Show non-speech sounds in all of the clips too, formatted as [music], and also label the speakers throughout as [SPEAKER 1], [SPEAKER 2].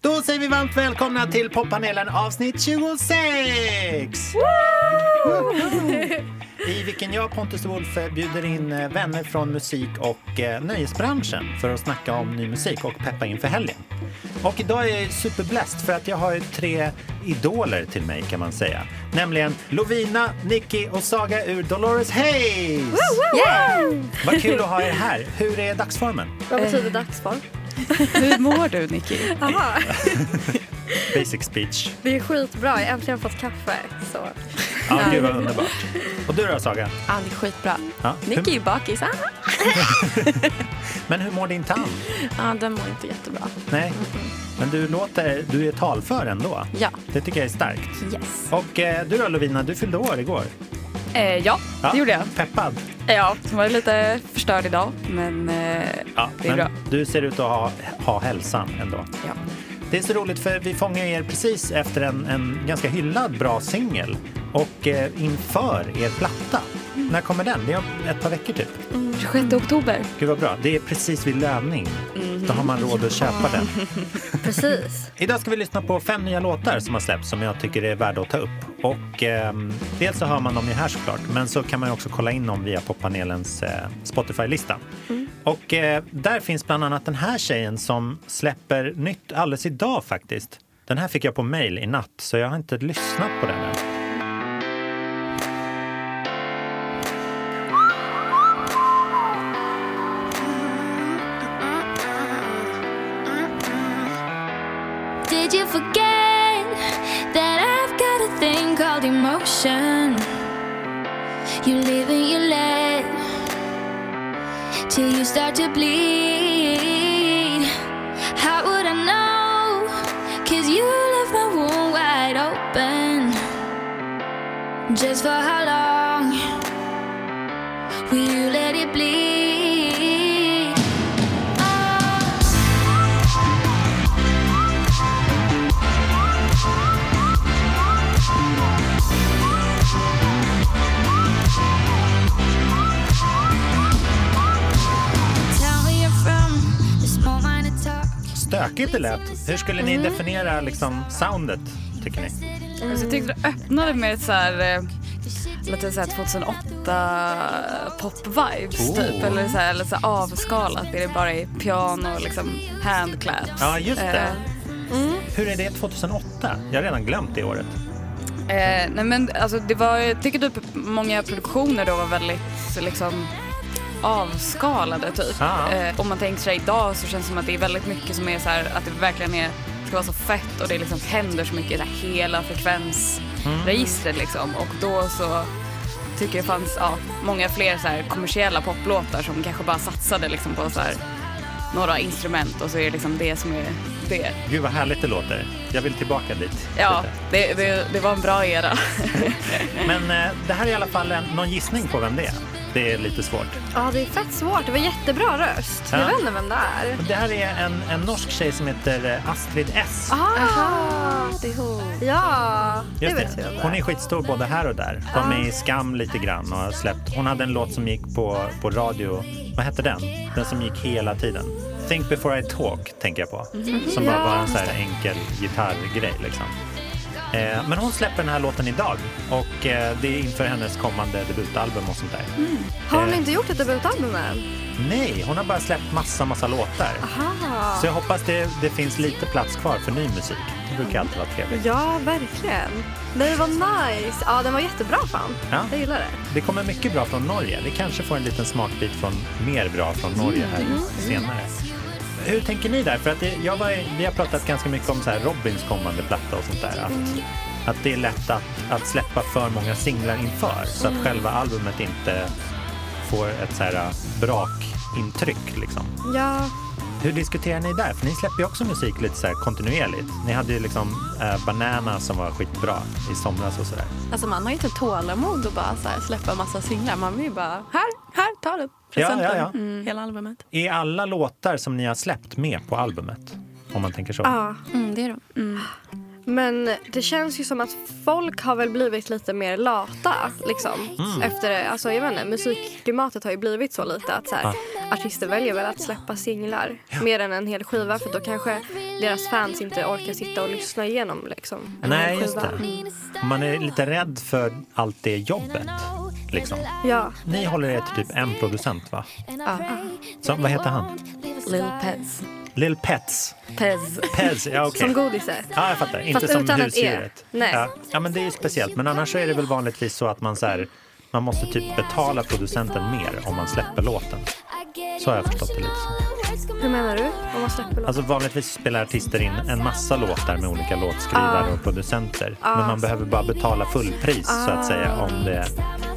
[SPEAKER 1] då säger vi varmt välkomna till poppanelen avsnitt 26! I vilken jag, Pontus och Wolf, bjuder in eh, vänner från musik och eh, nöjesbranschen för att snacka om ny musik och peppa inför helgen. Och idag är jag superbläst för att jag har ju tre idoler till mig kan man säga. Nämligen Lovina, Nicky och Saga ur Dolores Hayes! Vad kul att ha er här. Hur är dagsformen?
[SPEAKER 2] Vad betyder dagsform?
[SPEAKER 3] Hur mår du, Nicky?
[SPEAKER 2] Aha.
[SPEAKER 1] Basic speech.
[SPEAKER 2] [laughs] Det är skitbra, jag har äntligen fått kaffe. Så.
[SPEAKER 1] Ja, gud vad underbart. Och du då Saga?
[SPEAKER 3] Allt skitbra.
[SPEAKER 1] Ja, hur-
[SPEAKER 3] Nicky är ju bakis. Ah,
[SPEAKER 1] Men hur mår din tand?
[SPEAKER 3] ah, den mår inte jättebra.
[SPEAKER 1] Nej, men du låter, du är talför ändå.
[SPEAKER 3] Ja.
[SPEAKER 1] Det tycker jag är starkt.
[SPEAKER 3] Yes.
[SPEAKER 1] Och eh, du då Lovina, du fyllde år igår.
[SPEAKER 3] Eh, ja,
[SPEAKER 1] Ja,
[SPEAKER 3] det gjorde jag.
[SPEAKER 1] Peppad.
[SPEAKER 3] Ja, som var lite förstörd idag, men eh, det är
[SPEAKER 1] men
[SPEAKER 3] bra.
[SPEAKER 1] Du ser ut att ha, ha hälsan ändå.
[SPEAKER 3] Ja.
[SPEAKER 1] Det är så roligt för vi fångar er precis efter en, en ganska hyllad bra singel och eh, inför er platta.
[SPEAKER 3] Mm.
[SPEAKER 1] När kommer den? Det är om ett par veckor typ.
[SPEAKER 3] 26 oktober.
[SPEAKER 1] Gud vad bra. Det är precis vid löning. Då har man råd att köpa den.
[SPEAKER 2] Precis.
[SPEAKER 1] Idag ska vi lyssna på fem nya låtar som har släppts som jag tycker är värda att ta upp. Och ehm, dels så hör man dem ju här såklart, men så kan man ju också kolla in dem via poppanelens eh, Spotify-lista. Och eh, där finns bland annat den här tjejen som släpper nytt alldeles idag faktiskt. Den här fick jag på mail i natt, så jag har inte lyssnat på den än.
[SPEAKER 4] Did you forget that I've got a thing called emotion? You live and you let till you start to bleed. How would I know? Cause you left my wound wide open. Just for how long will you let it bleed? Oh. Tell me you're from this small minded talk.
[SPEAKER 1] Stökigt det lät. Hur skulle ni definiera liksom, soundet, tycker ni?
[SPEAKER 3] Alltså, jag tyckte det öppnade med ett så här, eh, lite så här 2008 pop-vibes
[SPEAKER 1] Oh.
[SPEAKER 3] typ. Eller så här, lite så här avskalat. Det är bara i piano och liksom handclaps.
[SPEAKER 1] Ja, just det.
[SPEAKER 3] Eh,
[SPEAKER 1] Hur är det 2008? Jag har redan glömt det året.
[SPEAKER 3] Eh, nej men alltså det var, jag tycker typ många produktioner då var väldigt liksom avskalade typ.
[SPEAKER 1] Ja.
[SPEAKER 3] Eh, om man tänker sig idag så känns det som att det är väldigt mycket som är så här att det verkligen är, ska vara så fett och det liksom händer så mycket i det här hela frekvensregistret liksom. Och då så tycker jag det fanns ja, många fler så här kommersiella poplåtar som kanske bara satsade liksom på så här några instrument och så är det liksom det som är det.
[SPEAKER 1] Gud vad härligt det låter. Jag vill tillbaka dit.
[SPEAKER 3] Ja,
[SPEAKER 1] lite.
[SPEAKER 3] det, det, det var en bra era.
[SPEAKER 1] Men eh, det här är i alla fall en, någon gissning på vem det är. Det är lite svårt.
[SPEAKER 2] Ja, det är fett svårt. Det var jättebra röst.
[SPEAKER 1] Ja.
[SPEAKER 2] Jag vet inte vem det är.
[SPEAKER 1] Och det här är en, en norsk tjej som heter eh, Astrid S.
[SPEAKER 2] Aha. Ja, Ah, det Ah.
[SPEAKER 1] Just
[SPEAKER 2] vet jag.
[SPEAKER 1] Hon är skitstor både här och där. De är i Skam lite grann och har släppt. Hon hade en låt som gick på, på radio. Vad hette den? Den som gick hela tiden. Think before I talk tänker jag på.
[SPEAKER 2] Mhm.
[SPEAKER 1] Som bara var en så här enkel gitarrgrej liksom. Eh, men hon släpper den här låten idag och eh, det är inför hennes kommande debutalbum och sånt där.
[SPEAKER 2] Har hon
[SPEAKER 1] Eh.
[SPEAKER 2] inte gjort ett debutalbum än?
[SPEAKER 1] Nej, hon har bara släppt massa, massa låtar.
[SPEAKER 2] Aha.
[SPEAKER 1] Så jag hoppas det, det finns lite plats kvar för ny musik. Det brukar alltid vara trevligt.
[SPEAKER 2] Ja, verkligen. Nej, vad nice. Ja, den var jättebra fan.
[SPEAKER 1] Ja.
[SPEAKER 2] Jag gillar det.
[SPEAKER 1] Det kommer mycket bra från Norge. Vi kanske får en liten smakbit från mer bra från Norge här senare. Hur tänker ni där? För att det, jag var, vi har pratat ganska mycket om så här Robins kommande platta och sånt där. Att, att det är lätt att, att släppa för många singlar inför så att själva albumet inte får ett så här brakintryck liksom.
[SPEAKER 2] Ja,
[SPEAKER 1] Hur diskuterar ni där? För ni släpper ju också musik lite så här kontinuerligt. Ni hade ju liksom eh, Banana som var skitbra i somras och sådär.
[SPEAKER 5] Alltså man har ju inte tålamod att bara så här släppa en massa singlar. Man vill ju bara, här, här, ta den. Presenten. Mm,
[SPEAKER 1] ja, ja.
[SPEAKER 5] Hela albumet.
[SPEAKER 1] Är alla låtar som ni har släppt med på albumet? Om man tänker så.
[SPEAKER 2] ja.
[SPEAKER 5] Mm, det är de.
[SPEAKER 2] Men det känns ju som att folk har väl blivit lite mer lata liksom.
[SPEAKER 1] Mm.
[SPEAKER 2] Efter det. Alltså jag vet inte, musikklimatet har ju blivit så lite att så här, artister väljer väl att släppa singlar mer än en hel skiva för då kanske deras fans inte orkar sitta och lyssna igenom liksom. en
[SPEAKER 1] Nej,
[SPEAKER 2] hel
[SPEAKER 1] just
[SPEAKER 2] skiva.
[SPEAKER 1] det. Man är lite rädd för allt det jobbet. Liksom.
[SPEAKER 2] Ja,
[SPEAKER 1] Ni håller er till typ en producent, va?
[SPEAKER 2] ja.
[SPEAKER 1] Så, Ah, vad heter han?
[SPEAKER 3] Lil Pez.
[SPEAKER 1] Lil Pets.
[SPEAKER 3] Pez.
[SPEAKER 1] Pez, ja okej.
[SPEAKER 2] som godiset.
[SPEAKER 1] Ja, jag fattar. Inte
[SPEAKER 2] Fast
[SPEAKER 1] som
[SPEAKER 2] utan ett E.
[SPEAKER 1] husdjuret.
[SPEAKER 2] Nej.
[SPEAKER 1] Ja. ja, men det är ju speciellt. Men annars så är det väl vanligtvis så att man så här, man måste typ betala producenten mer om man släpper låten. Så har jag förstått det lite som.
[SPEAKER 2] Hur menar du? Om man släpper låt?
[SPEAKER 1] Alltså vanligtvis spelar artister in en massa låtar med olika låtskrivare och producenter. Men man behöver bara betala fullpris så att säga om det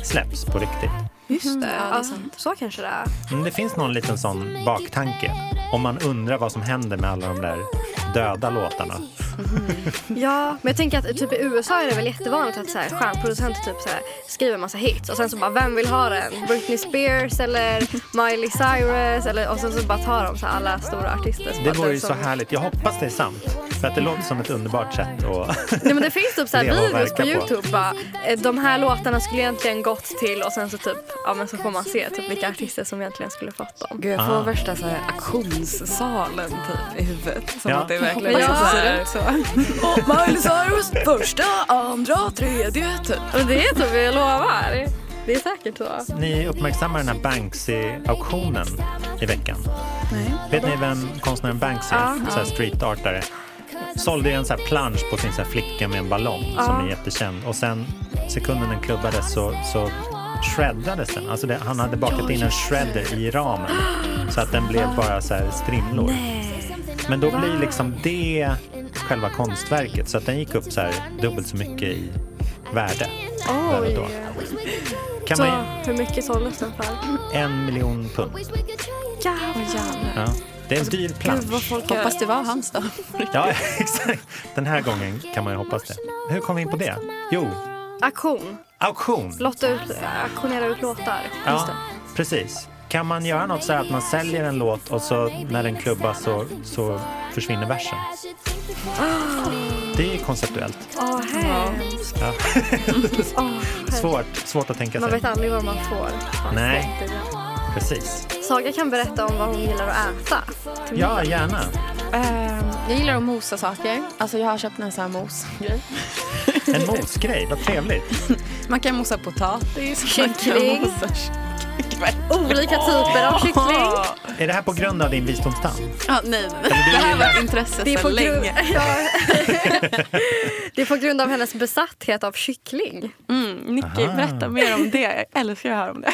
[SPEAKER 1] släpps på riktigt.
[SPEAKER 3] Mm,
[SPEAKER 5] Just det.
[SPEAKER 2] ja, så kanske det är.
[SPEAKER 1] Men det finns någon liten sån baktanke. Om man undrar vad som händer med alla de där döda låtarna.
[SPEAKER 2] Ja, men jag tänker att typ i USA är det väl jättevanligt att så här, stjärnproducenter typ så här, skriver massa hits och sen så bara vem vill ha den? Britney Spears eller Miley Cyrus eller och sen så bara tar de så här, alla stora artister. Så
[SPEAKER 1] Det
[SPEAKER 2] bara,
[SPEAKER 1] vore
[SPEAKER 2] den
[SPEAKER 1] ju så
[SPEAKER 2] som-
[SPEAKER 1] härligt. Jag hoppas det är sant. För att det låter som ett underbart sätt att...
[SPEAKER 2] Nej men det finns typ så här
[SPEAKER 1] leva och
[SPEAKER 2] videos på
[SPEAKER 1] verka på.
[SPEAKER 2] Youtube bara eh, de här låtarna skulle egentligen gått till och sen så typ ja men så får man se typ vilka artister som egentligen skulle fått dem.
[SPEAKER 3] Gud, jag får
[SPEAKER 1] Ah.
[SPEAKER 3] värsta så här, auktionssalen typ i huvudet. Som
[SPEAKER 1] Ja.
[SPEAKER 3] att det är verkligen
[SPEAKER 2] Hoppas
[SPEAKER 3] liksom
[SPEAKER 2] jag
[SPEAKER 3] så
[SPEAKER 2] ser
[SPEAKER 3] här,
[SPEAKER 5] ut [laughs] så.
[SPEAKER 3] "Åh, Miley Cyrus första, andra, tredje typ.
[SPEAKER 2] Och det är typ jag lovar. Det är säkert så.
[SPEAKER 1] Ni uppmärksammar den här Banksy-auktionen i veckan.
[SPEAKER 5] Nej.
[SPEAKER 1] Vet ni vem konstnären Banksy är? Så här streetartare. Sålde ju en så här plansch på sin så här flicka med en ballong som är jättekänd. Och sen sekunden den klubbades så, så shreddades den. Alltså det, han hade bakat in en shredder i ramen. Så att den blev bara så här strimlor. Men då blir liksom det själva konstverket. Så att den gick upp så här dubbelt så mycket i värde. där och då.
[SPEAKER 2] Oj.
[SPEAKER 1] Kan
[SPEAKER 2] Så
[SPEAKER 1] man ju,
[SPEAKER 2] hur mycket såldes den för?
[SPEAKER 1] en miljon pund. Ja. Det är en dyr plansch.
[SPEAKER 5] Hoppas det var hans då.
[SPEAKER 1] Ja, [laughs] exakt. Den här gången kan man ju hoppas det. Hur kom vi in på det? Jo,
[SPEAKER 2] Auktion.
[SPEAKER 1] auktion.
[SPEAKER 2] Lotta ut, auktionera ut låtar.
[SPEAKER 1] Ja, precis. Kan man göra något så här att man säljer en låt och så när den klubbas så, så försvinner versen? Det är konceptuellt.
[SPEAKER 2] Åh, hemskt.
[SPEAKER 1] Ja.
[SPEAKER 2] Åh, hemskt.
[SPEAKER 1] Svårt, svårt att tänka
[SPEAKER 2] Man
[SPEAKER 1] sig.
[SPEAKER 2] vet aldrig vad man får.
[SPEAKER 1] Nej. Precis.
[SPEAKER 2] Saga kan berätta om vad hon gillar att äta. till
[SPEAKER 1] Ja,
[SPEAKER 2] middag.
[SPEAKER 1] gärna.
[SPEAKER 5] Ehm, jag gillar att mosa saker. Alltså jag har köpt en sån här mosgrej.
[SPEAKER 1] En mosgrej, vad trevligt.
[SPEAKER 5] Man kan mosa potatis.
[SPEAKER 2] Kyckling.
[SPEAKER 5] Man kan mosa [laughs] kyckling.
[SPEAKER 2] Olika typer av kyckling.
[SPEAKER 1] Är det här på grund av din visdomstand?
[SPEAKER 5] Ja, nej, nej, nej. Det här var ett intresse
[SPEAKER 2] Det är, på
[SPEAKER 5] sedan
[SPEAKER 2] grund,
[SPEAKER 5] länge.
[SPEAKER 2] [laughs] ja. det är på grund av hennes besatthet av kyckling.
[SPEAKER 5] Mm, Nicky,
[SPEAKER 1] Aha.
[SPEAKER 5] berätta mer om det. Jag älskar att höra om det.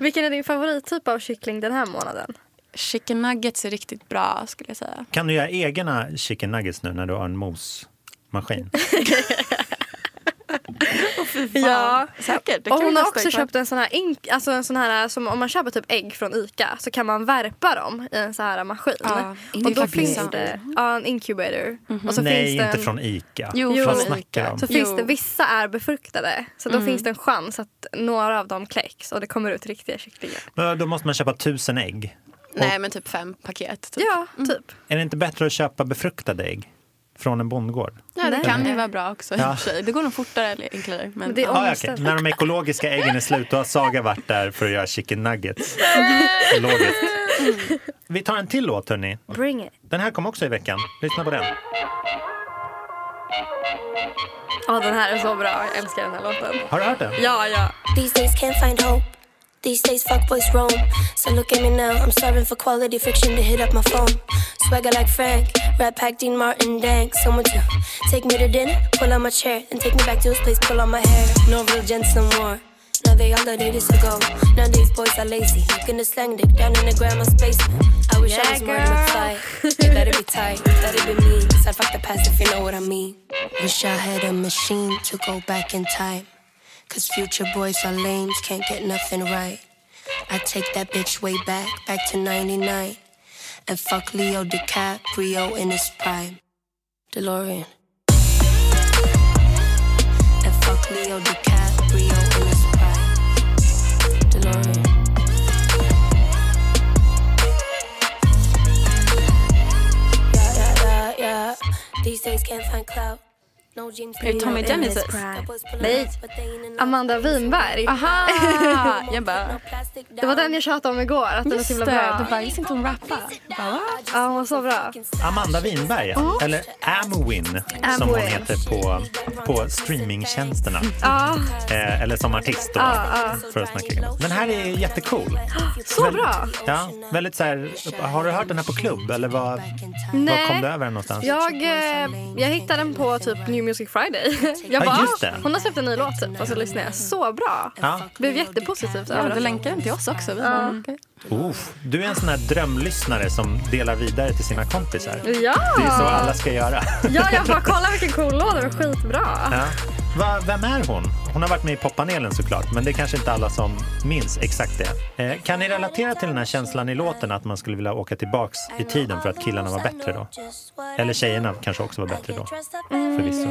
[SPEAKER 2] Vilken är din favorittyp av kyckling den här månaden?
[SPEAKER 5] Chicken nuggets är riktigt bra skulle jag säga.
[SPEAKER 1] Kan du göra egna chicken nuggets nu när du har en mosmaskin?
[SPEAKER 2] Ja.
[SPEAKER 5] Säkert. Det
[SPEAKER 2] Och
[SPEAKER 5] kan
[SPEAKER 2] hon
[SPEAKER 5] vi
[SPEAKER 2] har
[SPEAKER 5] testa
[SPEAKER 2] också
[SPEAKER 5] ikväll.
[SPEAKER 2] köpt en sån här, ink, alltså en sån här som om man köper typ ägg från ICA så kan man värpa dem i en sån här maskin.
[SPEAKER 5] Ja,
[SPEAKER 2] och då
[SPEAKER 5] inkubator.
[SPEAKER 2] finns det ja, en incubator. Och så
[SPEAKER 1] Nej,
[SPEAKER 2] finns det
[SPEAKER 1] inte
[SPEAKER 2] en-
[SPEAKER 1] från Ica.
[SPEAKER 5] Jo,
[SPEAKER 1] Vad
[SPEAKER 5] från
[SPEAKER 1] snackar
[SPEAKER 5] Ica.
[SPEAKER 1] du om?
[SPEAKER 2] Så
[SPEAKER 5] Jo.
[SPEAKER 2] finns det, vissa är befruktade så då finns det en chans att några av dem kläcks och det kommer ut riktiga kycklingar. typ.
[SPEAKER 1] Men Då måste man köpa tusen ägg.
[SPEAKER 5] Nej, men typ fem paket. Typ.
[SPEAKER 2] Ja, typ.
[SPEAKER 1] Är det inte bättre att köpa befruktade ägg från en bondgård?
[SPEAKER 5] Ja, det
[SPEAKER 2] Nej.
[SPEAKER 5] kan ju vara bra också i och
[SPEAKER 1] Ja.
[SPEAKER 5] för sig. Det går nog fortare eller enklare. Men,
[SPEAKER 2] Men det är
[SPEAKER 1] Ah, ja,
[SPEAKER 2] Ångest.
[SPEAKER 1] okej. När de ekologiska äggen är slut då har Saga varit där för att göra chicken nuggets. Logiskt. Vi tar en till låt hörni.
[SPEAKER 2] Bring it.
[SPEAKER 1] Den här kom också i veckan. Lyssna på den.
[SPEAKER 2] Ja, den här är så bra. Jag älskar den här låten.
[SPEAKER 1] Har du hört den?
[SPEAKER 2] Ja, ja.
[SPEAKER 4] These days can't find hope. These days fuckboys roam. So look at me now, I'm starving for quality friction to hit up my phone. Swagger like Frank, Rat Pack, Dean Martin, Dank. Someone to take me to dinner, pull out my chair, and take me back to his place, pull out my hair. No real gents no more. Now they all got haters to go. Now these boys are lazy, looking to slang dick down in the grandma's basement. I wish I was
[SPEAKER 2] Yeah,
[SPEAKER 4] Martin McFly. You better be tight, you better be mean. 'Cause I fuck the past if you know what I mean. Wish I had a machine to go back in time. Cause future boys are lames, can't get nothing right. I take that bitch way back, back to 99. And fuck Leo DiCaprio in his prime. DeLorean. And fuck Leo DiCaprio in his prime. DeLorean. Yeah, yeah, yeah, yeah,
[SPEAKER 6] out. These days can't find clout. No James
[SPEAKER 5] Är det Tommy
[SPEAKER 6] Dean,
[SPEAKER 5] Genesis?
[SPEAKER 6] it's pride.
[SPEAKER 2] Nej. Amanda Winberg.
[SPEAKER 5] Aha! [laughs] Jag bara,
[SPEAKER 2] Det var den jag tjatade om igår, att den är så himla
[SPEAKER 5] Du
[SPEAKER 2] bra.
[SPEAKER 5] bara, just inte hon rappar. Jag bara, va?
[SPEAKER 2] Ja, hon var så bra.
[SPEAKER 1] Amanda Winberg, ja. eller Amwin som hon
[SPEAKER 2] Amwin.
[SPEAKER 1] heter på, på streamingtjänsterna.
[SPEAKER 2] Ja,
[SPEAKER 1] Eh, eller som artist då, för att snacka grann. Den här är jättecool.
[SPEAKER 2] så bra.
[SPEAKER 1] Ja, väldigt så här, har du hört den här på klubb eller vad, vad kom du
[SPEAKER 2] Nej.
[SPEAKER 1] över den någonstans?
[SPEAKER 2] Jag, eh, jag hittade den på typ New Music Friday. [laughs] Jag
[SPEAKER 1] Ja,
[SPEAKER 2] bara,
[SPEAKER 1] Ah,
[SPEAKER 2] "Ah,
[SPEAKER 1] just det.
[SPEAKER 2] hon har släppt en ny låt typ. Och så lyssnade jag. Så bra.
[SPEAKER 1] Ja.
[SPEAKER 2] Blev jättepositivt
[SPEAKER 5] Ja, du
[SPEAKER 2] överraskad.
[SPEAKER 5] länkar den till oss också. Vi bara, okej.
[SPEAKER 1] Uff, du är en sån här drömlyssnare som delar vidare till sina kompisar.
[SPEAKER 2] Ja.
[SPEAKER 1] Det är så alla ska göra. [laughs]
[SPEAKER 2] ja, jag bara kolla vilken cool låt, den var skitbra.
[SPEAKER 1] Ja. Va, vem är hon? Hon har varit med i poppanelen såklart, men det är kanske inte alla som minns exakt det. Eh, kan ni relatera till den här känslan i låten att man skulle vilja åka tillbaks i tiden för att killarna var bättre då? Eller tjejerna kanske också var bättre då, förvisso.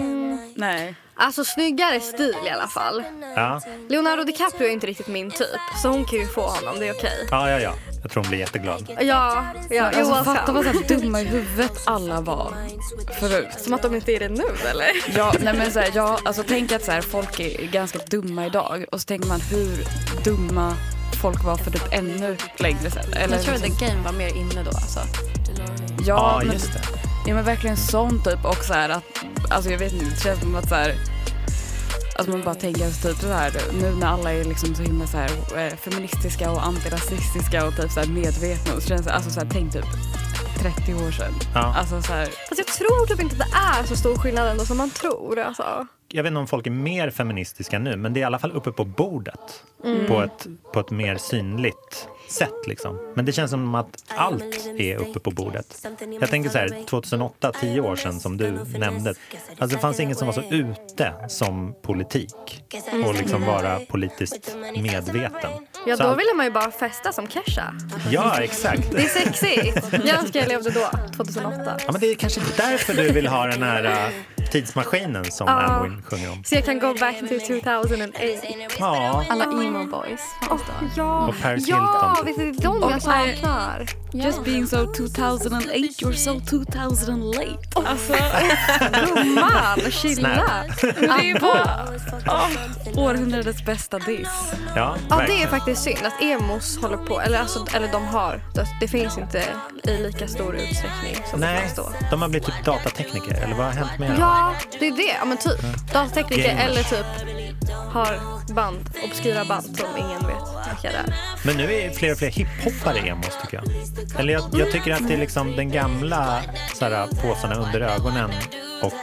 [SPEAKER 3] Nej.
[SPEAKER 2] Alltså snyggare stil i alla fall.
[SPEAKER 1] Ja,
[SPEAKER 2] Leonardo DiCaprio är inte riktigt min typ, så hon kan ju få honom, det är okej.
[SPEAKER 1] ja, ja. ja. Jag tror hon blir jätteglad.
[SPEAKER 2] Ja, ja
[SPEAKER 3] Alltså,
[SPEAKER 2] Johan
[SPEAKER 3] fatta
[SPEAKER 2] Sam.
[SPEAKER 3] vad så här dumma i huvudet alla var förut.
[SPEAKER 2] Som att de inte är det nu eller?
[SPEAKER 3] Ja, nej men så här, ja, alltså tänk att så här, folk är ganska dumma idag och så tänker man hur dumma folk var för typ ännu längre sedan. Eller,
[SPEAKER 5] Jag tror att
[SPEAKER 3] liksom-
[SPEAKER 5] The Game var mer inne då alltså.
[SPEAKER 1] Ja,
[SPEAKER 3] ja, men,
[SPEAKER 1] just det.
[SPEAKER 3] ja, men verkligen sånt typ och så här att, alltså jag vet inte, det känns som att så här, alltså man bara tänker alltså, typ så här, nu när alla är liksom så himla så här eh, feministiska och antirasistiska och typ så här medvetna och så känns det, alltså så här, tänk typ 30 år sedan.
[SPEAKER 1] Ja.
[SPEAKER 3] Alltså så här,
[SPEAKER 2] Fast jag tror typ inte att det är så stor skillnad ändå som man tror. Alltså.
[SPEAKER 1] jag vet inte om folk är mer feministiska nu, men det är i alla fall uppe på bordet. På, ett, på ett mer synligt sätt liksom. Men det känns som att allt är uppe på bordet. Jag tänker så här, 2008, 10 år sedan som du nämnde. Alltså det fanns ingen som var så ute som politik. Och liksom vara politiskt medveten.
[SPEAKER 2] Ja,
[SPEAKER 1] Så
[SPEAKER 2] då
[SPEAKER 1] allt-
[SPEAKER 2] ville man ju bara festa som Kesha.
[SPEAKER 1] Ja, exakt.
[SPEAKER 2] Det är sexigt. [laughs] Jag önskar jag levde då, 2008.
[SPEAKER 1] Ja, men det är kanske därför du vill ha den här äh, tidsmaskinen som
[SPEAKER 2] Ja.
[SPEAKER 1] Amwin sjunger om.
[SPEAKER 2] Så jag kan go back to 2008.
[SPEAKER 1] Ja,
[SPEAKER 5] Alla emo boys.
[SPEAKER 2] Ja,
[SPEAKER 1] Och Paris
[SPEAKER 2] ja
[SPEAKER 1] Hilton.
[SPEAKER 2] visst är det de jag saknar.
[SPEAKER 3] just being so 2008, you're so 2000 late.
[SPEAKER 1] [laughs]
[SPEAKER 2] Gumman, chilla.
[SPEAKER 3] Det är bara århundradets bästa diss.
[SPEAKER 1] ja,
[SPEAKER 2] Ja, det är
[SPEAKER 1] verkligen.
[SPEAKER 2] faktiskt synd att emos håller på. Eller, alltså, eller de har dött. Det finns inte i lika stor utsträckning som det
[SPEAKER 1] Nej,
[SPEAKER 2] fanns då.
[SPEAKER 1] de har blivit typ datatekniker, eller vad har hänt med dem?
[SPEAKER 2] Ja, det är det. Ja, men typ. Datatekniker
[SPEAKER 1] Gamers.
[SPEAKER 2] eller typ har band, obskyra band som ingen vet vilka det är.
[SPEAKER 1] Men nu är fler och fler hiphoppare emos tycker jag. Eller jag, jag tycker att det är liksom den gamla så här, påsarna under ögonen och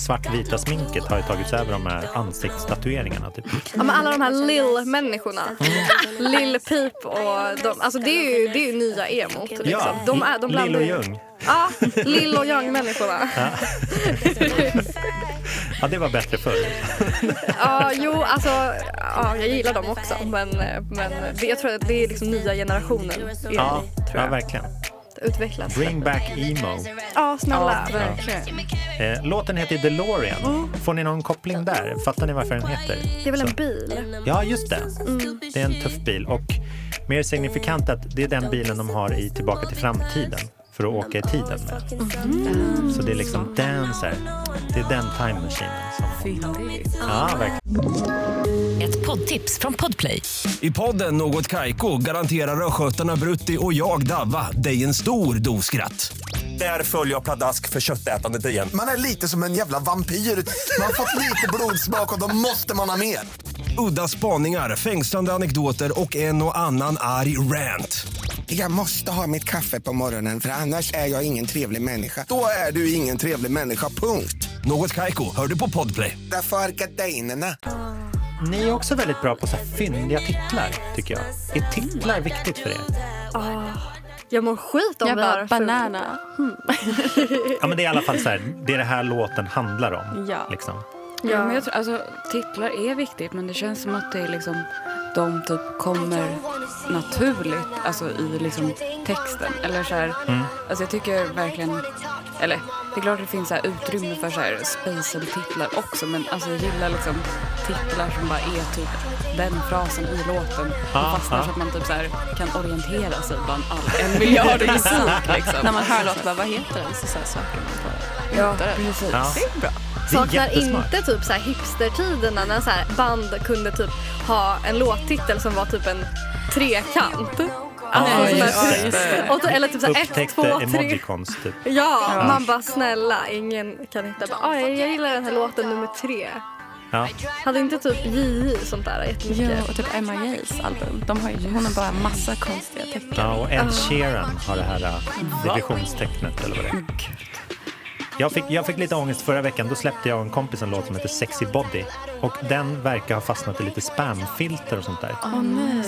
[SPEAKER 1] svartvita sminket har ju tagits över de här ansiktsstatueringarna. Typ.
[SPEAKER 2] Ja, men alla de här lill-människorna.
[SPEAKER 1] Mm.
[SPEAKER 2] [laughs] Lill Peep och de. Alltså det är ju, det är ju nya emo. Liksom.
[SPEAKER 1] Ja,
[SPEAKER 2] de är, de
[SPEAKER 1] Lill
[SPEAKER 2] blandar
[SPEAKER 1] och
[SPEAKER 2] ju-
[SPEAKER 1] Ljung.
[SPEAKER 2] Ja, Lill och Young-människorna.
[SPEAKER 1] Ja, det var bättre förr. [laughs]
[SPEAKER 2] Ja, jo, alltså ja, jag gillar dem också. Men, men det, jag tror att det är liksom nya generationen emo,
[SPEAKER 1] Ja,
[SPEAKER 2] tror
[SPEAKER 1] ja
[SPEAKER 2] jag.
[SPEAKER 1] verkligen.
[SPEAKER 2] Utvecklas.
[SPEAKER 1] Bring back emo.
[SPEAKER 2] Ja, snälla.
[SPEAKER 1] Eh, låten heter DeLorean.
[SPEAKER 2] Mm.
[SPEAKER 1] Får ni någon koppling där? Fattar ni varför den heter?
[SPEAKER 2] Det är väl
[SPEAKER 1] Så.
[SPEAKER 2] en bil?
[SPEAKER 1] Ja, just det. Det är en tuff bil. Och mer signifikant att det är den bilen de har i Tillbaka till framtiden för att åka i tiden med. Så det är liksom den så här. Det är den time machinen som... Ja, verkligen.
[SPEAKER 7] Ett poddtips från Podplay.
[SPEAKER 8] I podden Något Kaiko garanterar östgötarna Brutti och jag, Davva, dig en stor dos skratt. Där följer jag pladask för köttätandet igen.
[SPEAKER 9] Man är lite som en jävla vampyr. Man har fått lite blodsmak och då måste man ha mer.
[SPEAKER 8] Udda spaningar, fängslande anekdoter och en och annan arg rant.
[SPEAKER 9] Jag måste ha mitt kaffe på morgonen för annars är jag ingen trevlig människa. Då är du ingen trevlig människa, punkt.
[SPEAKER 8] Något Kaiko, hör du på Podplay.
[SPEAKER 9] Därför är gardinerna.
[SPEAKER 1] Ni är också väldigt bra på så här fyndiga titlar, tycker jag. Är titlar viktigt för er?
[SPEAKER 2] Jag mår skit om
[SPEAKER 5] Jag
[SPEAKER 2] vi har
[SPEAKER 5] bara,
[SPEAKER 2] fult.
[SPEAKER 5] banana.
[SPEAKER 1] Ja, men det är i alla fall så här, det är det här låten handlar om.
[SPEAKER 5] Ja.
[SPEAKER 1] Liksom.
[SPEAKER 3] Ja, men jag tror, alltså, titlar är viktigt men det känns som att det är liksom, de typ kommer naturligt alltså, i liksom, texten. Eller så här,
[SPEAKER 1] Mm.
[SPEAKER 3] alltså, jag tycker verkligen, eller det är klart det finns så här, utrymme för så här, spacel-titlar också men alltså, jag gillar liksom, titlar som bara är typ den frasen i låten.
[SPEAKER 1] Ah,
[SPEAKER 3] Ah, fastnar
[SPEAKER 1] ah.
[SPEAKER 3] så att man typ så här, kan orientera sig bland all en miljard musik. Liksom.
[SPEAKER 5] När man hör låt, bara, vad heter den? Så, så här söker man på det.
[SPEAKER 3] Ja, precis.
[SPEAKER 1] Ja.
[SPEAKER 5] Det är bra.
[SPEAKER 1] Det är
[SPEAKER 2] Saknar
[SPEAKER 1] jättesmart.
[SPEAKER 2] inte typ så här hipstertiderna när så här band kunde typ ha en låttitel som var typ en trekant. Alltså,
[SPEAKER 1] Ja,
[SPEAKER 2] sån där-
[SPEAKER 1] just det.
[SPEAKER 2] Och så- eller typ så här ett,
[SPEAKER 1] Upptäckte
[SPEAKER 2] två, tre.
[SPEAKER 1] emojikons typ.
[SPEAKER 2] Ja, man bara snälla, ingen kan hitta bara, ah, jag, jag gillar den här låten nummer tre.
[SPEAKER 1] Ja.
[SPEAKER 2] Hade inte typ JJ sånt där
[SPEAKER 5] Jo,
[SPEAKER 2] jättemycket?
[SPEAKER 5] och typ Emma Jays album. De har ju, hon har bara massa konstiga tecken.
[SPEAKER 1] Ja, och
[SPEAKER 2] Ah.
[SPEAKER 1] Ed Sheeran har det här eh, divisionstecknet eller vad det
[SPEAKER 2] Mm,
[SPEAKER 1] är. Jag fick, jag fick lite ångest förra veckan. Då släppte jag och en kompis en låt som heter Sexy Body. Och den verkar ha fastnat i lite spamfilter och sånt där.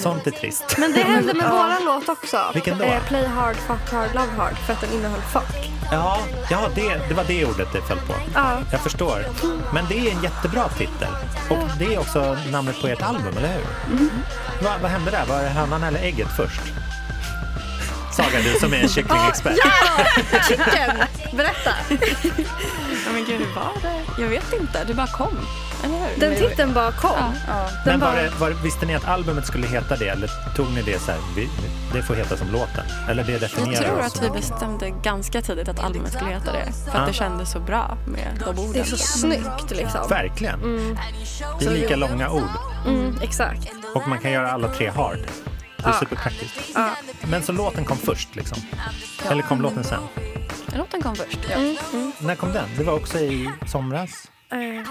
[SPEAKER 1] Sånt är trist.
[SPEAKER 2] Men det hände med våran låt också.
[SPEAKER 1] Vilken då?
[SPEAKER 2] Eh, Play hard, fuck hard, love hard. För att den innehöll fuck.
[SPEAKER 1] [laughs] Ja, ja det, det var det ordet det föll på.
[SPEAKER 2] Ja.
[SPEAKER 1] Jag förstår. Men det är en jättebra titel. Och det är också namnet på ert album, eller hur?
[SPEAKER 2] Mm.
[SPEAKER 1] Va, vad hände där? Var det hönan eller ägget först? Saga, du som är en kycklingexpert.
[SPEAKER 2] Chicken! [laughs] Berätta.
[SPEAKER 5] Ja, men gud, hur var det? Jag vet inte. Du bara kom. Eller hur?
[SPEAKER 2] Den
[SPEAKER 5] Men-
[SPEAKER 2] titeln bara kom.
[SPEAKER 1] Men
[SPEAKER 2] Den
[SPEAKER 1] var
[SPEAKER 2] bara,
[SPEAKER 1] det, var, visste ni att albumet skulle heta det eller tog ni det så här, vi, det får heta som låten? Eller det
[SPEAKER 5] Jag tror
[SPEAKER 1] definierar oss
[SPEAKER 5] att vi
[SPEAKER 1] som...
[SPEAKER 5] bestämde ganska tidigt att albumet skulle heta det. För att
[SPEAKER 1] Ja.
[SPEAKER 5] det kändes så bra med de orden.
[SPEAKER 2] det är så snyggt liksom.
[SPEAKER 1] Verkligen.
[SPEAKER 5] Mm.
[SPEAKER 1] Det är lika långa ord
[SPEAKER 2] Mm, exakt.
[SPEAKER 1] och man kan göra alla tre hard. Det är superpraktiskt. Men så låten kom först liksom? Eller kom låten sen?
[SPEAKER 5] Låten kom först.
[SPEAKER 1] När kom den? Det var också i somras?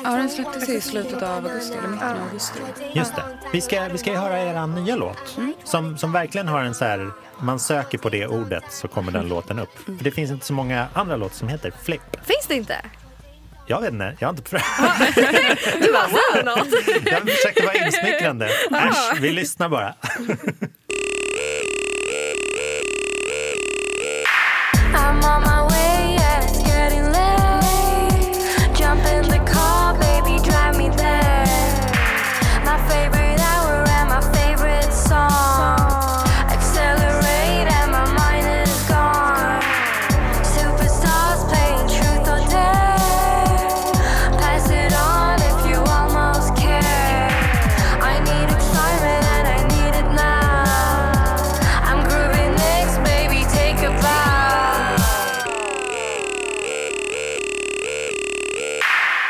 [SPEAKER 3] Ja, den släpptes i slutet av augusti eller mitten av augusti.
[SPEAKER 1] Just det. Vi ska, vi ska ju höra er nya låt som, som verkligen har en så här, man söker på det ordet så kommer den låten upp. För det finns inte så många andra låtar som heter Flip.
[SPEAKER 2] Finns det inte?
[SPEAKER 1] Jag vet inte, jag har inte
[SPEAKER 2] [laughs]
[SPEAKER 1] prövat.
[SPEAKER 2] Ah.
[SPEAKER 1] [laughs]
[SPEAKER 2] Du bara wow något. Ah.
[SPEAKER 1] Jag försökte vara insmickrande. Äsch, vi lyssnar bara.
[SPEAKER 4] I'm on my way, yeah, it's getting late. Jump in the car, baby, drive me there. My favorite hour and my favorite song. Accelerate and my mind is gone. Superstars playing truth or dare. Pass it on if you almost care. I need excitement and I need it now. I'm grooving next, baby, take a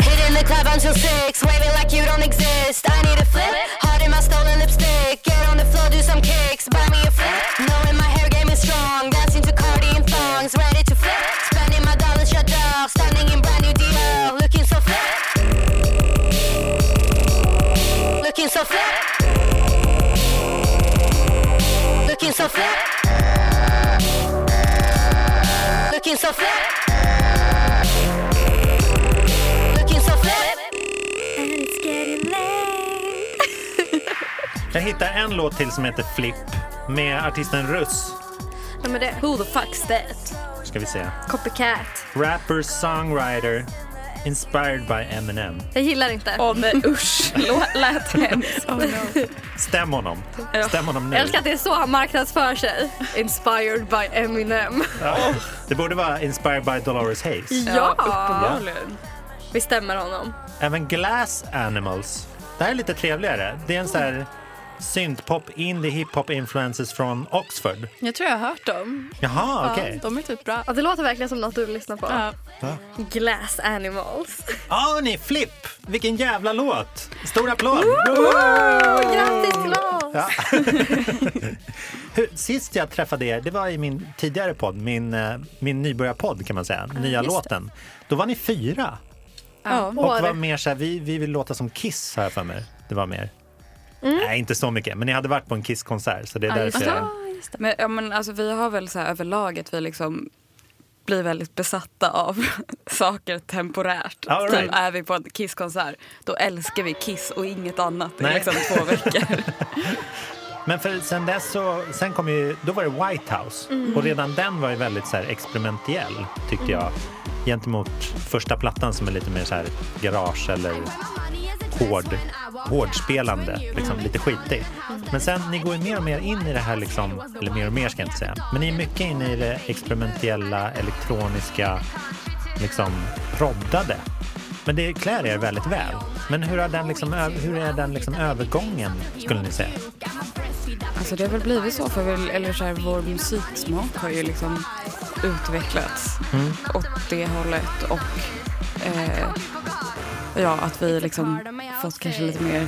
[SPEAKER 6] Hit in the club until six, waving like you don't exist. I need a flip, hard in my stolen lipstick. Get on the floor, do some kicks, buy me a flip. Knowing my hair game is strong, dancing to Cardi and thongs, ready to flip. Spending my dollars, shut up, standing in brand new deal, looking so flip. Looking so flip. Looking so flip. Looking so flip. Looking so flip.
[SPEAKER 1] Jag hittar en låt till som heter Flip med artisten Russ.
[SPEAKER 2] Nej, men det, who the fuck's that?
[SPEAKER 1] Ska vi se.
[SPEAKER 2] Copycat.
[SPEAKER 1] Rapper, songwriter, inspired by Eminem.
[SPEAKER 2] Jag gillar inte.
[SPEAKER 3] Åh nej
[SPEAKER 2] [laughs]
[SPEAKER 3] usch, Oh, Lå- lät hemskt.
[SPEAKER 1] Stäm honom. Stäm honom nu.
[SPEAKER 2] Jag älskar att det är så han marknadsför sig. Inspired by Eminem.
[SPEAKER 1] Ja. Det borde vara inspired by Dolores Hayes.
[SPEAKER 2] Ja,
[SPEAKER 3] uppenbarligen.
[SPEAKER 2] vi stämmer honom.
[SPEAKER 1] Även Glass Animals. Det här är lite trevligare. Det är en så här syntpop, indie, hiphop influences från Oxford.
[SPEAKER 5] Jag tror jag har hört dem.
[SPEAKER 1] Jaha, okej.
[SPEAKER 5] Ja, de är typ bra.
[SPEAKER 2] Ja, det låter verkligen som något du lyssnar på.
[SPEAKER 5] Ja.
[SPEAKER 2] Glass Animals.
[SPEAKER 1] Ja, ni, Flip! Vilken jävla låt! Stor applåd!
[SPEAKER 2] Oh, grattis till oss!
[SPEAKER 1] Ja. [laughs] Hur- Sist jag träffade er, det var i min tidigare podd, min, eh, min nybörjarpodd kan man säga, nya låten. Då var ni fyra
[SPEAKER 5] Ja.
[SPEAKER 1] och
[SPEAKER 2] År.
[SPEAKER 1] var mer så här, vi, vi vill låta som Kiss har jag för mig. Det var mer. Nej, inte så mycket, men ni hade varit på en Kiss-konsert så det är därför. jag-
[SPEAKER 3] Men, ja, men alltså, vi har väl så här överlag att vi liksom blir väldigt besatta av [laughs] saker temporärt.
[SPEAKER 1] All right.
[SPEAKER 3] Typ är vi på en Kiss-konsert, då älskar vi Kiss och inget annat
[SPEAKER 1] Nej.
[SPEAKER 3] i liksom två
[SPEAKER 5] [laughs]
[SPEAKER 3] veckor.
[SPEAKER 1] Men för sen dess så, sen kom ju, då var det White House och redan den var ju väldigt så här experimentell tyckte jag. Gentemot första plattan som är lite mer så här garage eller hård, hårdspelande, liksom, lite skitig. Men sen, ni går ju mer och mer in i det här, liksom, eller mer och mer ska jag inte säga, men ni är mycket inne i det experimentella, elektroniska, liksom proddade. Men det klär er väldigt väl. Men hur, har den liksom, ö- hur är den liksom övergången, skulle ni säga?
[SPEAKER 3] Alltså det har väl blivit så för väl, eller så här, vår musiksmak har ju liksom utvecklats
[SPEAKER 1] Mm.
[SPEAKER 3] åt det hållet och eh, ja, att vi liksom fått kanske lite mer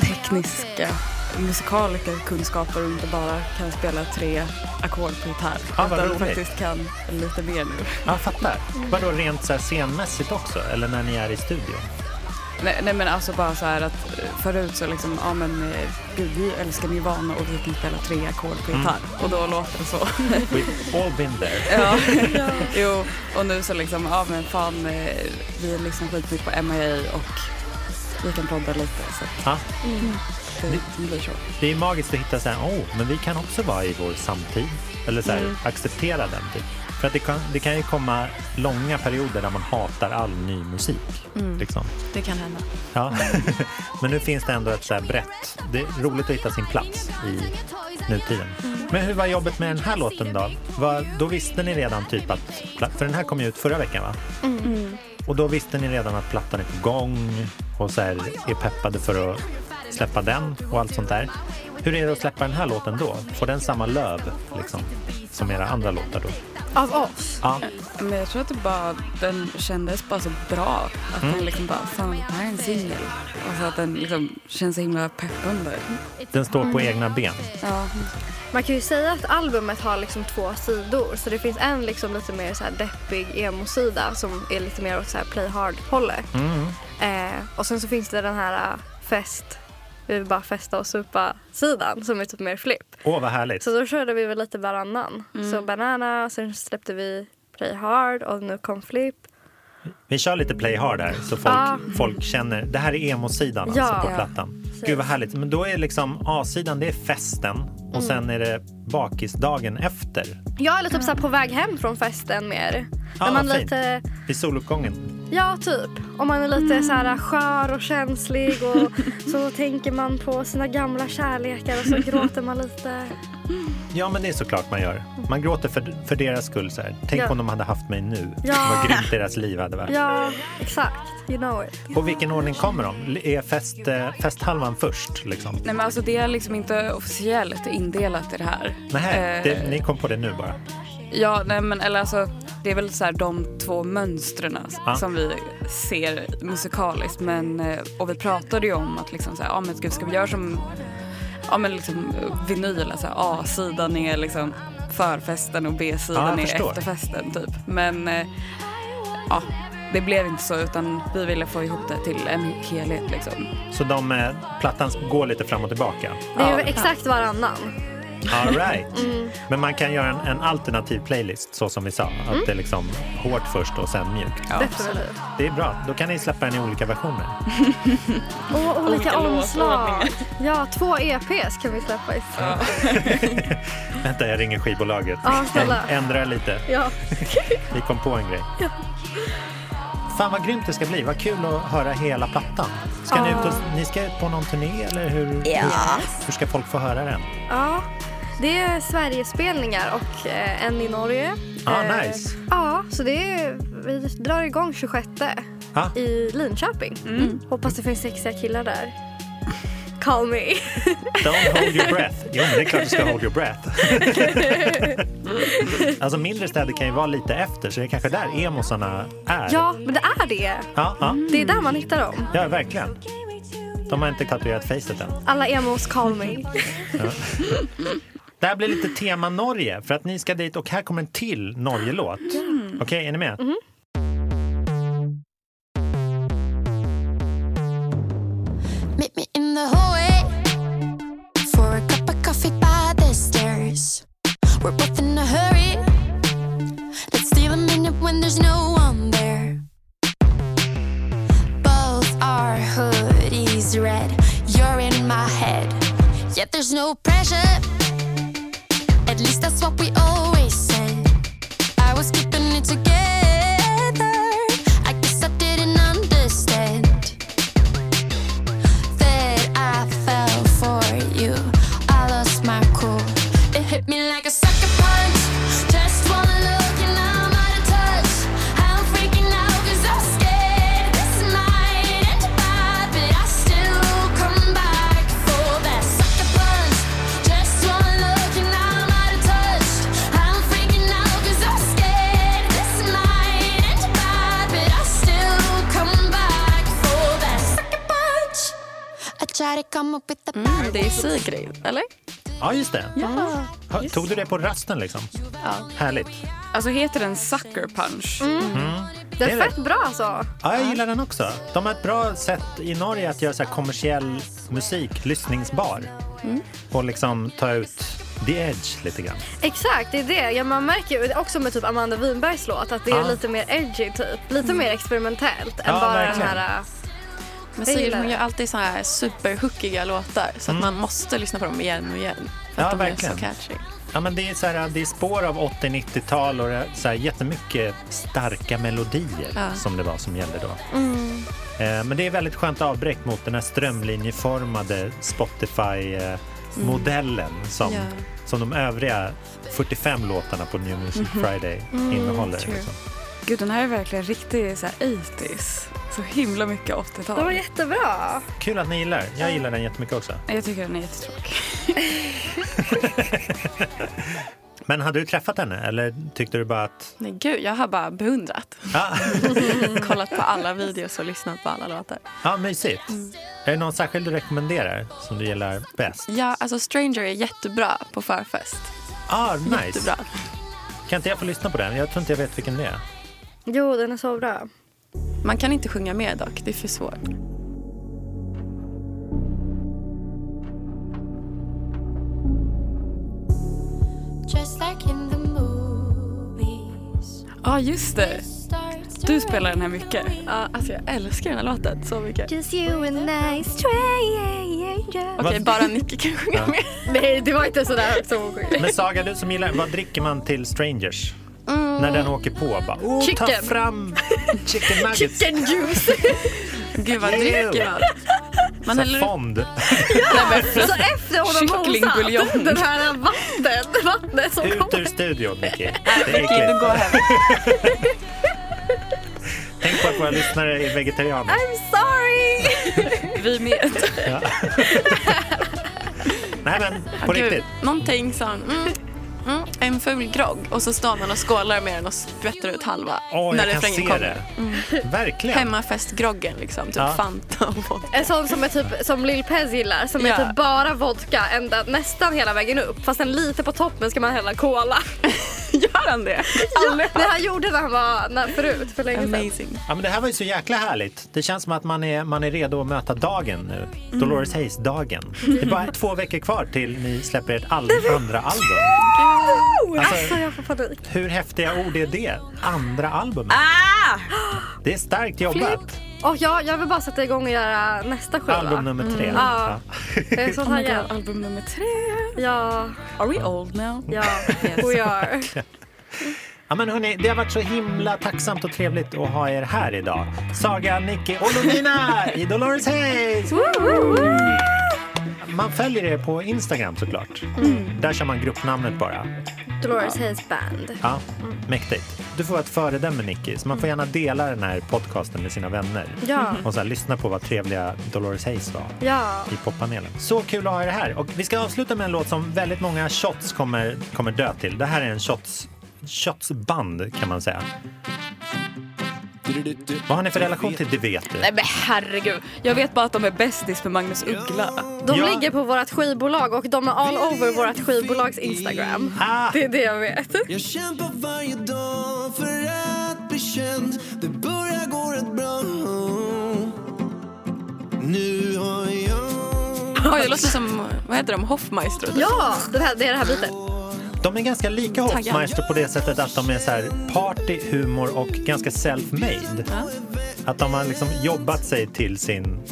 [SPEAKER 3] tekniska musikaliska kunskaper och inte bara kan spela tre ackord på gitarr.
[SPEAKER 1] Ja, vad
[SPEAKER 3] utan
[SPEAKER 1] roligt.
[SPEAKER 3] faktiskt kan lite mer nu.
[SPEAKER 1] Ja, jag fattar. Vadå rent så här scenmässigt också? Eller när ni är i studion?
[SPEAKER 3] Nej, nej men alltså bara så här att eh, förut så liksom, ja men eh, gud vi älskar Nirvana och vi kan spela tre ackord på
[SPEAKER 1] Mm.
[SPEAKER 3] gitarr. Och då låter det så.
[SPEAKER 1] We've all been there.
[SPEAKER 3] [laughs] ja. Jo, och nu så liksom, ja men fan eh, vi lyssnar skitmycket på MIA och vi kan podda lite så att
[SPEAKER 1] Ja,
[SPEAKER 3] det, det blir så.
[SPEAKER 1] det är ju magiskt att hitta så här, oh, men vi kan också vara i vår samtid. Eller så här, acceptera den. Typ. För att det kan, det kan ju komma långa perioder där man hatar all ny musik. Liksom.
[SPEAKER 5] Det kan hända.
[SPEAKER 1] Ja. [laughs] Men nu finns det ändå ett så här brett... Det är roligt att hitta sin plats i nutiden. Men hur var jobbet med den här låten då? Vad- då visste ni redan typ att... pla- För den här kom ju ut förra veckan va? Och då visste ni redan att plattan är på gång och så här är peppade för att släppa den och allt sånt där. Hur är det att släppa den här låten då? Får den samma löv liksom, som era andra låtar då?
[SPEAKER 2] Av oss?
[SPEAKER 1] Ja,
[SPEAKER 3] Men jag tror att det bara, den kändes bara så bra. Att den liksom bara, fan det här är en singel. Och så att den liksom känns så himla peppande.
[SPEAKER 1] den står på egna ben.
[SPEAKER 3] Ja.
[SPEAKER 2] Man kan ju säga att albumet har liksom två sidor. Så det finns en liksom lite mer så här deppig emo-sida som är lite mer åt så här play hard-hållet.
[SPEAKER 1] Mm.
[SPEAKER 2] Eh, och sen så finns det den här eh, fest, vi vill bara festa och supa-sidan som är typ mer flipp.
[SPEAKER 1] Åh, vad härligt.
[SPEAKER 2] Så då körde vi väl lite varannan. Så banana, sen släppte vi play hard och nu kom flipp.
[SPEAKER 1] Vi kör lite play hard här så folk,
[SPEAKER 2] Ja.
[SPEAKER 1] folk känner. Det här är emo-sidan
[SPEAKER 2] Ja.
[SPEAKER 1] alltså på
[SPEAKER 2] Ja.
[SPEAKER 1] plattan. Gud vad härligt. Men då är liksom A-sidan, det är festen och
[SPEAKER 2] Mm.
[SPEAKER 1] sen är det bakisdagen efter.
[SPEAKER 2] Ja, eller typ så här på väg hem från festen mer.
[SPEAKER 1] Ja,
[SPEAKER 2] När man
[SPEAKER 1] Ah, vad fint.
[SPEAKER 2] lite,
[SPEAKER 1] I soluppgången.
[SPEAKER 2] ja typ. Om man är lite så här skör och känslig och så [laughs] tänker man på sina gamla kärlekar och så gråter man lite.
[SPEAKER 1] Ja men det är såklart man gör. Man gråter för, för deras skull så här. Tänk
[SPEAKER 2] Ja.
[SPEAKER 1] om de hade haft mig nu.
[SPEAKER 2] Ja.
[SPEAKER 1] Vad grymt deras liv hade varit.
[SPEAKER 2] Ja, exakt. You know it.
[SPEAKER 1] Och vilken ordning kommer de? L- Är fest, eh, festhalvan först liksom?
[SPEAKER 3] Nej men alltså det är liksom inte officiellt indelat i det här.
[SPEAKER 1] Nej,
[SPEAKER 3] Eh,
[SPEAKER 1] det, ni kom på det nu bara.
[SPEAKER 3] Ja, nej men eller alltså det är väl så här de två mönstren
[SPEAKER 1] Ja.
[SPEAKER 3] som vi ser musikaliskt. Men, eh, och vi pratade ju om att liksom så här, ja men gud, ska vi göra som ja, men liksom eh, vinyl, alltså A-sidan är liksom förfesten och
[SPEAKER 1] Ja,
[SPEAKER 3] B-sidan
[SPEAKER 1] jag
[SPEAKER 3] är
[SPEAKER 1] förstår.
[SPEAKER 3] efterfesten typ. Men eh, ja, det blev inte så utan vi ville få ihop det till en helhet liksom.
[SPEAKER 1] Så de, eh, plattan går lite fram och tillbaka.
[SPEAKER 2] Det är ju exakt varannan.
[SPEAKER 1] All right.
[SPEAKER 2] Mm.
[SPEAKER 1] Men man kan göra en, en alternativ playlist så som vi sa. Att
[SPEAKER 2] Mm.
[SPEAKER 1] det är liksom hårt först och sen mjukt.
[SPEAKER 2] Definitivt.
[SPEAKER 1] Det är bra. Då kan ni släppa den i olika versioner.
[SPEAKER 2] Mm. Och olika
[SPEAKER 3] Olika låtar och
[SPEAKER 2] omslag.
[SPEAKER 3] ordningar.
[SPEAKER 2] Ja, två EPs kan vi släppa i.
[SPEAKER 1] Vänta, jag ringer skivbolaget.
[SPEAKER 2] Ja, snälla.
[SPEAKER 1] Änd- Ändra lite.
[SPEAKER 2] Ja.
[SPEAKER 1] [laughs] Vi kom på en grej. Fan vad grymt det ska bli. Vad kul att höra hela plattan. Ska ni, ut och, ni ska ut på någon turné eller hur, hur, hur ska folk få höra den?
[SPEAKER 2] Ja, det är Sverigespelningar och eh, en i Norge.
[SPEAKER 1] Ah,
[SPEAKER 2] Eh,
[SPEAKER 1] nice.
[SPEAKER 2] Ja, så det är, vi drar igång 26
[SPEAKER 1] Ja.
[SPEAKER 2] i Linköping. Hoppas det finns sexiga killar där. Call me.
[SPEAKER 1] Don't hold your breath. Jo, men det är klart du ska hold your breath. alltså mindre städer kan ju vara lite efter så det är kanske där emosarna är.
[SPEAKER 2] Ja, Mm. men det är det.
[SPEAKER 1] Ja, ja.
[SPEAKER 2] Det är där man hittar dem.
[SPEAKER 1] Ja, verkligen. De har inte tatuerat facet än.
[SPEAKER 2] Alla emos call me.
[SPEAKER 1] Det här blir lite tema Norge, för att ni ska dit och här kommer en till Norge-låt. Okej, är ni med?
[SPEAKER 4] Meet me in the hallway for a cup of coffee by the stairs. We're both in a hurry. Let's steal a minute when there's no one there. Both our hoodies red. You're in my head. Yet there's no pressure. At least that's what we always said. I was keeping it together.
[SPEAKER 5] Mm, det är Sigrid, eller?
[SPEAKER 1] Ja, just det.
[SPEAKER 5] Ja.
[SPEAKER 1] Ha- Tog du det på rasten liksom?
[SPEAKER 5] Ja.
[SPEAKER 1] Härligt.
[SPEAKER 3] Alltså heter den Sucker Punch?
[SPEAKER 1] Det
[SPEAKER 2] Det
[SPEAKER 1] är
[SPEAKER 2] är
[SPEAKER 1] det.
[SPEAKER 2] fett bra alltså.
[SPEAKER 1] Ja, jag gillar den också. De har ett bra sätt i Norge att göra så här kommersiell musik lyssningsbar. Och liksom ta ut the edge lite grann.
[SPEAKER 2] Exakt, det är det. Ja, man märker ju också med typ Amanda Winbergs låt att det är
[SPEAKER 1] Ja.
[SPEAKER 2] lite mer edgy typ. Lite mer experimentellt
[SPEAKER 1] Ja,
[SPEAKER 2] än bara
[SPEAKER 1] verkligen.
[SPEAKER 2] den här... äh,
[SPEAKER 5] Men
[SPEAKER 2] Jag
[SPEAKER 5] Sigrid
[SPEAKER 2] gillar
[SPEAKER 5] hon
[SPEAKER 2] det.
[SPEAKER 5] gör alltid såna här superhookiga låtar så att man måste lyssna på dem igen och igen. För
[SPEAKER 1] Mm. Ja,
[SPEAKER 5] att de
[SPEAKER 1] verkligen.
[SPEAKER 5] är så catchy.
[SPEAKER 1] Ja, men det, är så här, det är spår av 80-90-tal och det är så här jättemycket starka melodier
[SPEAKER 5] Ja. Mm.
[SPEAKER 1] som det var som gällde då. Eh, Men det är väldigt skönt avbräck mot den här strömlinjeformade Spotify-modellen som,
[SPEAKER 5] Mm. Ja.
[SPEAKER 1] som de övriga 45 låtarna på New Music
[SPEAKER 5] Mm.
[SPEAKER 1] Friday innehåller.
[SPEAKER 3] true.
[SPEAKER 1] liksom.
[SPEAKER 3] Gud, den här är verkligen riktigt så här 80s. Så himla mycket
[SPEAKER 2] De var
[SPEAKER 3] 80-tal.
[SPEAKER 2] jättebra.
[SPEAKER 1] Kul att ni gillar. Jag gillar den jättemycket också.
[SPEAKER 3] Jag tycker den är jättetråkig.
[SPEAKER 1] Men hade du träffat henne eller tyckte du bara att...
[SPEAKER 5] Nej gud, jag har bara beundrat.
[SPEAKER 1] Ja,
[SPEAKER 5] [laughs] Kollat på alla videos och lyssnat på alla låtar.
[SPEAKER 1] ja mysigt.
[SPEAKER 5] Mm.
[SPEAKER 1] Är det någon särskild du rekommenderar som du gillar bäst?
[SPEAKER 5] Ja, alltså Stranger är jättebra på förfest.
[SPEAKER 1] Ah, nice.
[SPEAKER 5] Jättebra.
[SPEAKER 1] Kan inte jag få lyssna på den? Jag tror inte jag vet vilken det är.
[SPEAKER 2] Jo, den är så bra.
[SPEAKER 5] Man kan inte sjunga med dock, det är för svårt.
[SPEAKER 4] Just like in the movies.
[SPEAKER 3] Ja, just det. Du spelar den här mycket.
[SPEAKER 5] Ja, alltså jag älskar den här låten så mycket.
[SPEAKER 2] [laughs]
[SPEAKER 4] Just you and I stranger.
[SPEAKER 5] Okej,
[SPEAKER 1] Vad-
[SPEAKER 5] bara Nicky kan sjunga med.
[SPEAKER 2] Nej, det var inte sådär högt som hon sjöng.
[SPEAKER 1] Men Saga, du som gillar, vad dricker man till strangers? När den åker på bara, oh, ta
[SPEAKER 2] Chicken.
[SPEAKER 1] fram chicken nuggets.
[SPEAKER 2] Chicken juice!
[SPEAKER 5] Gud vad dricker man? Man
[SPEAKER 1] Så
[SPEAKER 5] häller
[SPEAKER 1] här
[SPEAKER 5] upp
[SPEAKER 1] fond.
[SPEAKER 2] Så efter hon har
[SPEAKER 3] Kycklingbuljong.
[SPEAKER 2] mosat den här vatten, vattnet som
[SPEAKER 1] Ut ur
[SPEAKER 2] kommer.
[SPEAKER 1] studion, Nicky. Det är
[SPEAKER 3] Okej, du
[SPEAKER 1] äckligt.
[SPEAKER 3] går hem.
[SPEAKER 1] [laughs] Tänk på att våra lyssnare är vegetarianer.
[SPEAKER 2] I'm sorry!
[SPEAKER 3] Vi med.
[SPEAKER 1] Nej men, på
[SPEAKER 5] Gud,
[SPEAKER 1] riktigt.
[SPEAKER 5] Någonting som... Mm, mm, en ful grogg och så står man och skålar med den och skvätter ut halva.
[SPEAKER 1] Åh, jag kan
[SPEAKER 5] refrängen
[SPEAKER 1] se
[SPEAKER 5] kommer.
[SPEAKER 1] det. Verkligen.
[SPEAKER 5] Hemmafestgroggen liksom, typ
[SPEAKER 1] Ja.
[SPEAKER 5] Fanta och vodka.
[SPEAKER 2] En sån som, är typ, som Lil Pez gillar, som
[SPEAKER 5] Ja.
[SPEAKER 2] är typ bara vodka ända, nästan hela vägen upp. Fast en lite på toppen ska man hälla cola.
[SPEAKER 5] Gör han det?
[SPEAKER 2] ja, det han gjorde när han var när, förut, för länge sedan.
[SPEAKER 5] Amazing.
[SPEAKER 1] Ja, men det här var ju så jäkla härligt. Det känns som att man är, man är redo att möta dagen nu. Dolores Hayes-dagen. Det är bara
[SPEAKER 2] [laughs]
[SPEAKER 1] två veckor kvar till ni släpper ert all- andra album.
[SPEAKER 2] Alltså jag får panik.
[SPEAKER 1] Hur häftiga ord är det? Andra albumet.
[SPEAKER 2] Ah!
[SPEAKER 1] Det är starkt jobbat.
[SPEAKER 2] Och jag, jag vill bara sätta igång och göra nästa skiva.
[SPEAKER 1] Album nummer tre.
[SPEAKER 2] Mm. Ja. Jag är så
[SPEAKER 3] Oh my
[SPEAKER 2] taggad.
[SPEAKER 3] God, album nummer tre.
[SPEAKER 2] Ja,
[SPEAKER 3] Are we old now?
[SPEAKER 2] ja, we are.
[SPEAKER 1] Ja, men hörni, det har varit så himla tacksamt och trevligt att ha er här idag. Saga, Nicky och Lovina i Dolores Hayes! Man följer er på Instagram såklart. Där kör man gruppnamnet bara.
[SPEAKER 2] Dolores Hayes Band.
[SPEAKER 1] Ja, mäktigt. Du får vara ett föredöme Nicky, så man får gärna dela den här podcasten med sina vänner.
[SPEAKER 2] Ja.
[SPEAKER 1] Och så här, lyssna på vad trevliga Dolores Hayes var
[SPEAKER 2] Ja.
[SPEAKER 1] i poppanelen. Så kul att ha er här. Och vi ska avsluta med en låt som väldigt många shots kommer, kommer dö till. Det här är en shots, shotsband kan man säga. Vad har ni för relation till Det vet du?
[SPEAKER 3] Nej men herregud. Jag vet bara att de är bästis med Magnus Uggla.
[SPEAKER 2] De
[SPEAKER 1] Ja.
[SPEAKER 2] ligger på vårt skivbolag och de är all over vårt skivbolags Instagram.
[SPEAKER 1] Ah,
[SPEAKER 2] Det är det jag vet.
[SPEAKER 10] Jag kämpar varje dag för att bli känd Det börjar gå rätt bra Nu har jag
[SPEAKER 5] Oj, det låter som, vad heter de, Hoffmeister? typ.
[SPEAKER 2] Ja, det, här, det är det här bitet.
[SPEAKER 1] de är ganska lika Hoffmeister på det sättet att de är så här party, humor och ganska self-made. Att de har liksom jobbat sig till sin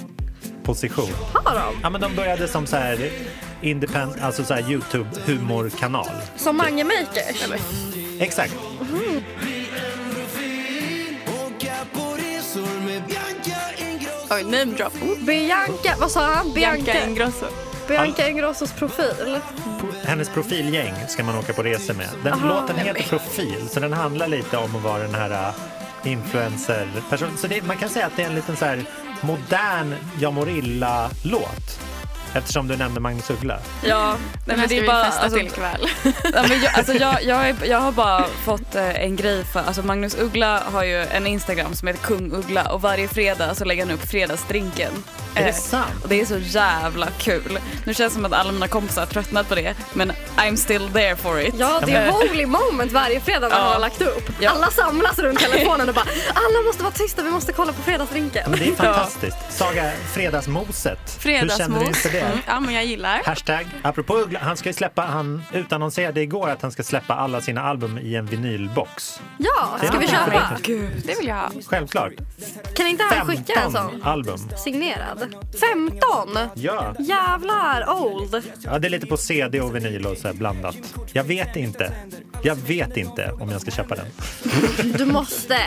[SPEAKER 1] position.
[SPEAKER 2] Har de?
[SPEAKER 1] Ja, men de började som så här independent, alltså så här Youtube humorkanal.
[SPEAKER 2] Som Mange Makers? Eller?
[SPEAKER 1] Exakt.
[SPEAKER 10] åka på resor med Bianca Ingrosso
[SPEAKER 5] Oj, name drop. Oh,
[SPEAKER 2] Bianca, vad sa han?
[SPEAKER 5] Bianca
[SPEAKER 2] Bianca,
[SPEAKER 5] Ingrosso.
[SPEAKER 2] Bianca Ingrossos profil.
[SPEAKER 1] Hennes profilgäng ska man åka på resor med. Den låten heter Profil, så den handlar lite om att vara den här äh, influencer-personen. Så det, man kan säga att det är en liten så här modern Jag mår illa-låt. Eftersom du nämnde Magnus Uggla.
[SPEAKER 3] Ja, nej,
[SPEAKER 5] Den här
[SPEAKER 3] men
[SPEAKER 5] ska
[SPEAKER 3] det är
[SPEAKER 5] vi
[SPEAKER 3] bara...
[SPEAKER 5] festa
[SPEAKER 3] alltså, [laughs]
[SPEAKER 5] till ikväll.
[SPEAKER 3] ja, men jag, alltså, jag, jag, är, jag har bara fått eh, en grej för... Alltså Magnus Uggla har ju en Instagram som heter Kung Uggla och varje fredag så lägger han upp fredagsdrinken.
[SPEAKER 1] Är det
[SPEAKER 3] Eh,
[SPEAKER 1] sant?
[SPEAKER 3] Och det är så jävla kul. Nu känns det som att alla mina kompisar har tröttnat på det, men I'm still there for it.
[SPEAKER 2] Ja, det är
[SPEAKER 3] Eh,
[SPEAKER 2] holy moment varje fredag när
[SPEAKER 3] Ja.
[SPEAKER 2] han har lagt upp.
[SPEAKER 3] Ja.
[SPEAKER 2] Alla samlas runt telefonen och bara alla måste vara tysta, vi måste kolla på
[SPEAKER 1] Ja,
[SPEAKER 2] fredagsdrinken. [laughs]
[SPEAKER 1] Men det är fantastiskt. Saga, fredagsmoset. Hur känner du
[SPEAKER 5] Fredagsmos.
[SPEAKER 1] inför det?
[SPEAKER 5] Mm. Ja, men jag gillar.
[SPEAKER 1] Hashtag, apropå Uggla, han ska ju släppa, han utannonserade igår att han ska släppa alla sina album i en vinylbox.
[SPEAKER 2] Ja,
[SPEAKER 1] Det
[SPEAKER 2] ska
[SPEAKER 1] är
[SPEAKER 2] vi
[SPEAKER 1] bra.
[SPEAKER 2] köpa?
[SPEAKER 5] Gud, det vill jag ha.
[SPEAKER 1] Självklart.
[SPEAKER 2] Kan inte han skicka
[SPEAKER 1] 15
[SPEAKER 2] en sån?
[SPEAKER 1] album.
[SPEAKER 2] Signerad. 15?
[SPEAKER 1] Ja.
[SPEAKER 2] Jävlar, old.
[SPEAKER 1] ja, det är lite på CD och vinyl och så här blandat. Jag vet inte. Jag vet inte om jag ska köpa den.
[SPEAKER 2] Du måste.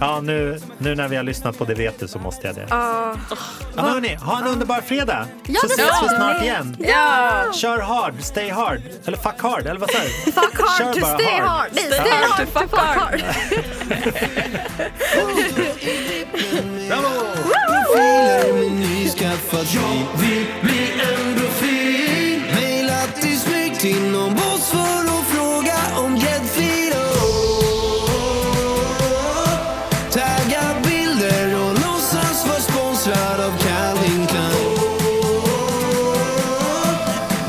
[SPEAKER 1] Ja, nu, nu när vi har lyssnat på det vet du så måste jag det.
[SPEAKER 2] Ja.
[SPEAKER 1] Ja, men hörni, ha en underbar fredag!
[SPEAKER 2] Ja,
[SPEAKER 1] så
[SPEAKER 2] det
[SPEAKER 1] ses vi
[SPEAKER 2] ska
[SPEAKER 1] snart
[SPEAKER 2] vi.
[SPEAKER 1] igen.
[SPEAKER 2] Ja.
[SPEAKER 1] Kör hard, stay hard. Eller fuck hard, eller vad säger du?
[SPEAKER 2] Fuck hard
[SPEAKER 1] Kör
[SPEAKER 2] to
[SPEAKER 1] bara
[SPEAKER 2] stay
[SPEAKER 1] hard.
[SPEAKER 2] hard. Nej,
[SPEAKER 1] Stay
[SPEAKER 2] stay
[SPEAKER 1] hard
[SPEAKER 2] hard to fuck hard.
[SPEAKER 1] Bravo!
[SPEAKER 10] Profiler i min nyskaffad Jag vill bli en profil Mailat till snyggt inombords för att fråga om gäddfil Tagga bilder och låtsas vara sponsrad av Calvin Klein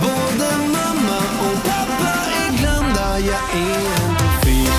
[SPEAKER 10] Både mamma och pappa är glömda Jag är en profil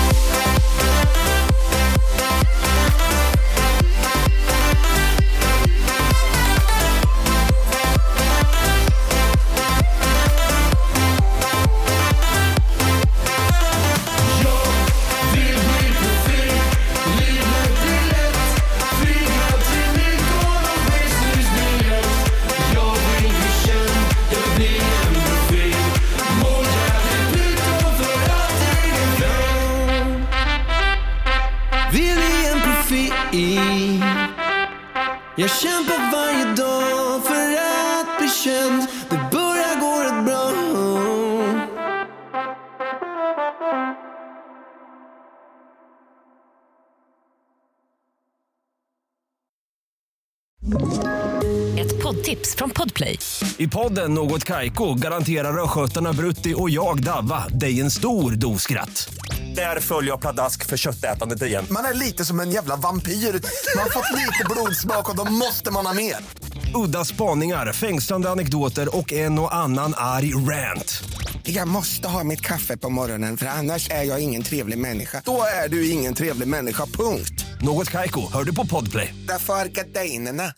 [SPEAKER 10] Vill bli en profil Jag kämpar varje dag för att bli känd Det börjar gå rätt bra
[SPEAKER 7] Ett poddtips från Podplay.
[SPEAKER 8] I podden Något Kaiko garanterar östgötarna Brutti och jag, Davva, dig en stor dos skratt. Där följer jag pladask för köttätandet igen.
[SPEAKER 11] Man är lite som en jävla vampyr. Man har fått lite blodsmak och då måste man ha mer.
[SPEAKER 8] Udda spaningar, fängslande anekdoter och en och annan arg rant.
[SPEAKER 9] Jag måste ha mitt kaffe på morgonen för annars är jag ingen trevlig människa. Då är du ingen trevlig människa, punkt.
[SPEAKER 8] Något Kaiko, hör du på Podplay.
[SPEAKER 9] Därför arkadeinerna.